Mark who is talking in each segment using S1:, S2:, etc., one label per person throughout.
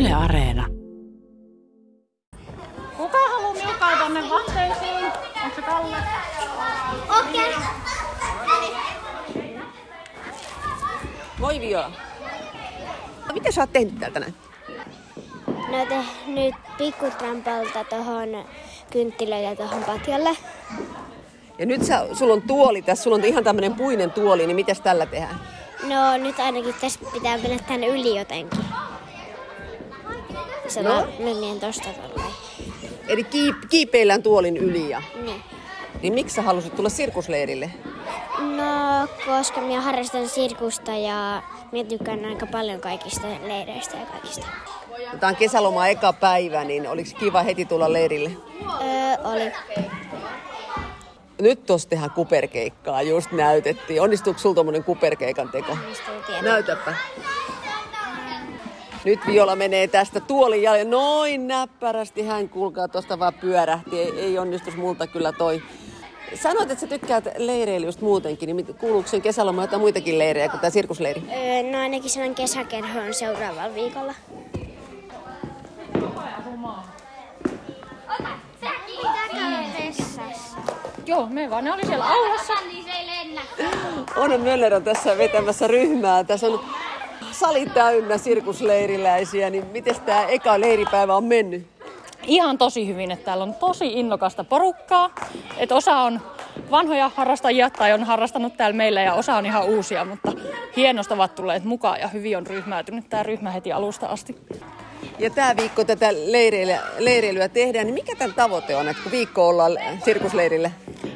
S1: Yle Areena.
S2: Kuka haluaa milkaa tonne vaatteisiin? Onko se Kalle?
S3: Okei.
S4: Moi Viola. No, Mitä sä oot tehnyt täältä näin?
S3: No tehnyt pikkutrampolta tuohon kynttilöitä tuohon patjalle.
S4: Ja nyt sä, sulla on tuoli tässä, sulla on ihan tämmönen puinen tuoli, niin mitäs tällä tehdään?
S3: No nyt ainakin tästä pitää mennä tänne yli jotenkin. Se
S4: No.
S3: no. mä menen tosta tolleen.
S4: Eli kiip, kiipeillään tuolin yli ja...
S3: Niin.
S4: Niin miksi sä halusit tulla sirkusleirille?
S3: No, koska minä harrastan sirkusta ja minä tykkään aika paljon kaikista leireistä ja kaikista.
S4: Tämä on kesäloma eka päivä, niin oliko kiva heti tulla leirille?
S3: Öö, oli.
S4: Nyt tuossa tehdään kuperkeikkaa, just näytettiin. Onnistuuko sulla tuommoinen kuperkeikan teko?
S3: Onnistuikin.
S2: No-
S4: Näytäpä. Nyt Viola menee tästä tuolin jäljellä. Noin näppärästi hän kulkaa tuosta vaan pyörähti. Ei, ei onnistus multa kyllä toi. Sanoit, että sä tykkäät leireilystä muutenkin, niin mit- kuuluuko sen kesälomaan jotain muitakin leirejä kuin tämä sirkusleiri?
S3: Öö, no ainakin sanon kesäkerhoon seuraavalla viikolla.
S2: Joo, me vaan. Ne oli siellä aulassa.
S4: Onne Möller on tässä vetämässä ryhmää. Tässä on sali täynnä sirkusleiriläisiä, niin miten tämä eka leiripäivä on mennyt?
S2: Ihan tosi hyvin, että täällä on tosi innokasta porukkaa. Että osa on vanhoja harrastajia tai on harrastanut täällä meillä ja osa on ihan uusia, mutta hienosta ovat tulleet mukaan ja hyvin on ryhmäytynyt tämä ryhmä heti alusta asti.
S4: Ja tämä viikko tätä leireilyä, leireilyä tehdään, niin mikä tämän tavoite on, että kun viikko ollaan sirkusleirillä?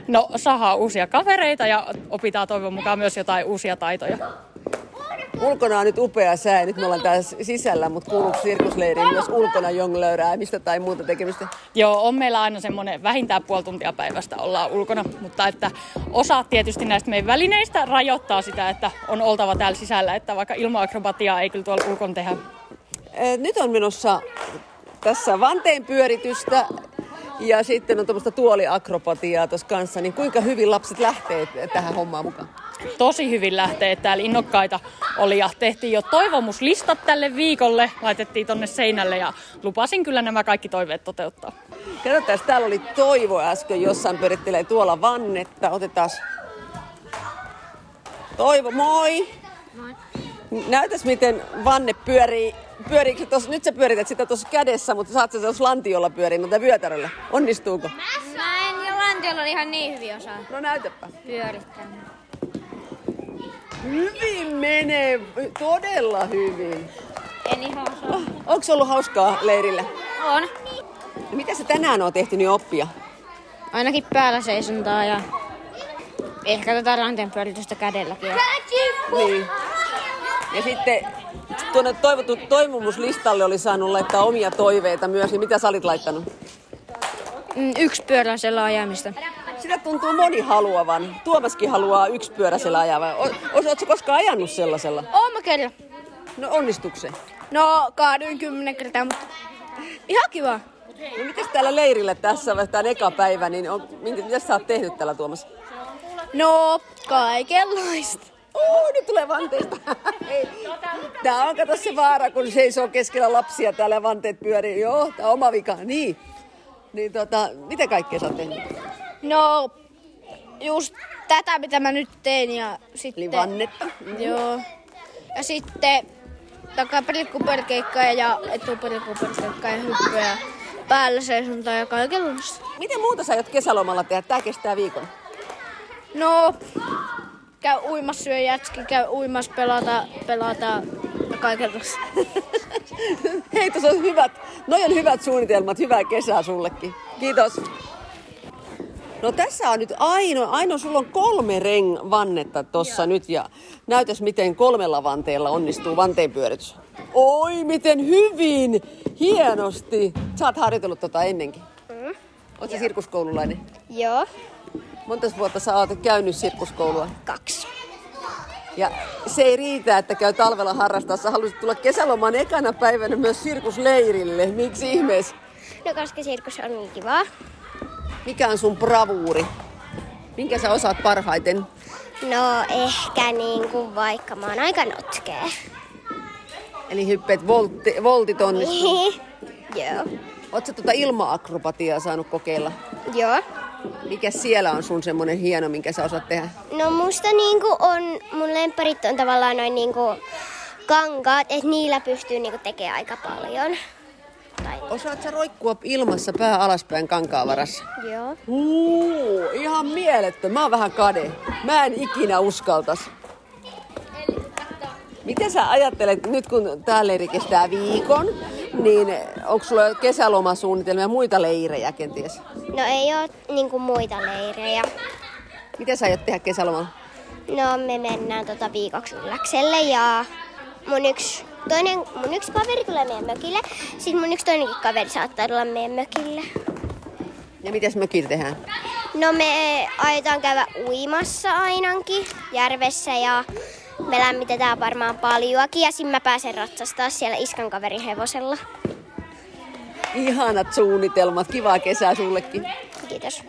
S2: No, saadaan uusia kavereita ja opitaan toivon mukaan myös jotain uusia taitoja.
S4: Ulkona on nyt upea sää, nyt me ollaan täällä sisällä, mutta kuuluuko sirkusleiriin myös ulkona jonglööräämistä tai muuta tekemistä?
S2: Joo, on meillä aina semmoinen vähintään puoli tuntia päivästä ollaan ulkona, mutta että osa tietysti näistä meidän välineistä rajoittaa sitä, että on oltava täällä sisällä, että vaikka ilmaakrobatiaa ei kyllä tuolla ulkon tehdä.
S4: Eh, Nyt on menossa tässä vanteen pyöritystä ja sitten on tuommoista tuoliakrobatiaa tuossa kanssa, niin kuinka hyvin lapset lähtee tähän hommaan mukaan?
S2: Tosi hyvin lähtee, että täällä innokkaita oli ja tehtiin jo toivomuslistat tälle viikolle, laitettiin tonne seinälle ja lupasin kyllä nämä kaikki toiveet toteuttaa.
S4: Katsotaan, täällä oli Toivo äsken jossain pyörittelee tuolla vannetta. Otetaan. Toivo, moi! Moi. Näytäs, miten vanne pyörii. Pyöriikö se tossa, nyt sä pyörität sitä tuossa kädessä, mutta saat sä tuossa lantiolla pyöriin, mutta vyötäröllä. Onnistuuko?
S5: Mä en ja Lantiolla oli ihan niin hyvin osaa
S4: No näytäpä.
S5: pyörittää.
S4: Hyvin menee, todella hyvin.
S5: En ihan osaa.
S4: Onko ollut hauskaa leirillä?
S5: On.
S4: Mitä sä tänään on tehty niin oppia?
S5: Ainakin päällä seisontaa ja ehkä tätä ranteen pyöritystä kädelläkin.
S4: Niin. Ja sitten tuonne toivottu, toivomuslistalle oli saanut laittaa omia toiveita myös, niin mitä sä olit laittanut?
S5: Mm, Yksi pyöräisellä ajamista.
S4: Sitä tuntuu moni haluavan. Tuomaskin haluaa yksipyöräisellä ajaa. vai? O- Oletko koskaan ajanut sellaisella?
S5: Oon mä kerran.
S4: No onnistuksen.
S5: No, kaaduin kymmenen kertaa, mutta ihan kiva.
S4: No mitäs täällä leirillä tässä, vai tämän eka päivä, niin on, minkä- mitä sä oot tehnyt täällä Tuomas?
S5: No, kaikenlaista.
S4: Oh, nyt tulee vanteista. Ei. Tää on kato se vaara, kun seisoo keskellä lapsia täällä ja vanteet pyörii. Joo, tää on oma vika. Niin. Niin tota, mitä kaikkea sä oot tehnyt?
S5: No, just tätä mitä mä nyt teen ja sitten...
S4: Eli vannetta.
S5: Joo. Ja sitten takapelkkuperkeikkaa ja etupelkkuperkeikkaa ja hyppyä. Päällä seisontaa ja kaikenlaista.
S4: Miten muuta sä aiot kesälomalla tehdä? Tää kestää viikon.
S5: No, käy uimassa, syö jätski, käy uimassa, pelata, pelata ja kaikenlaista.
S4: Hei, tuossa on hyvät, noi on hyvät suunnitelmat. Hyvää kesää sullekin. Kiitos. No tässä on nyt Aino. Aino, sulla on kolme reng vannetta tossa nyt ja näytäs miten kolmella vanteella onnistuu vanteen pyöritys. Oi, miten hyvin! Hienosti! Sä oot harjoitellut tota ennenkin. Mm. Oot sä sirkuskoululainen?
S3: Joo.
S4: Monta vuotta sä oot käynyt sirkuskoulua?
S3: Kaksi.
S4: Ja se ei riitä, että käy talvella harrastaa. Sä halusit tulla kesäloman ekana päivänä myös sirkusleirille. Miksi ihmeessä?
S3: No koska sirkus on niin kivaa.
S4: Mikä on sun bravuuri? Minkä sä osaat parhaiten?
S3: niinku No ehkä niin kuin vaikka mä oon aika notkee.
S4: Eli hyppeet voltti, voltit onnistuu.
S3: Joo.
S4: Oletko tuota ilma-akrobatiaa saanut kokeilla?
S3: Joo.
S4: Mikä siellä on sun semmoinen hieno, minkä sä osaat tehdä?
S3: No musta niinku on, mun lempparit on tavallaan noin niinku kankaat, että niillä pystyy niinku tekemään aika paljon. Tai,
S4: Osaat sä roikkua ilmassa pää alaspäin kankaan varassa?
S3: joo.
S4: Uu, ihan mielettön. Mä oon vähän kade. Mä en ikinä uskaltas. Miten sä ajattelet, nyt kun tää leiri kestää viikon, niin onko sulla kesälomasuunnitelmia ja muita leirejä kenties?
S3: No ei oo niinku muita leirejä.
S4: Mitä sä aiot tehdä kesälomalla?
S3: No me mennään tota viikoksi ylläkselle ja mun yksi, toinen, mun yksi kaveri tulee meidän mökille. Sitten mun yksi toinenkin kaveri saattaa tulla meidän mökille.
S4: Ja mitäs mökillä tehdään?
S3: No me aiotaan käydä uimassa ainakin järvessä ja me lämmitetään varmaan paljoakin ja sitten mä pääsen ratsastaa siellä iskan kaverin hevosella.
S4: Ihanat suunnitelmat. Kivaa kesää sullekin.
S3: Kiitos.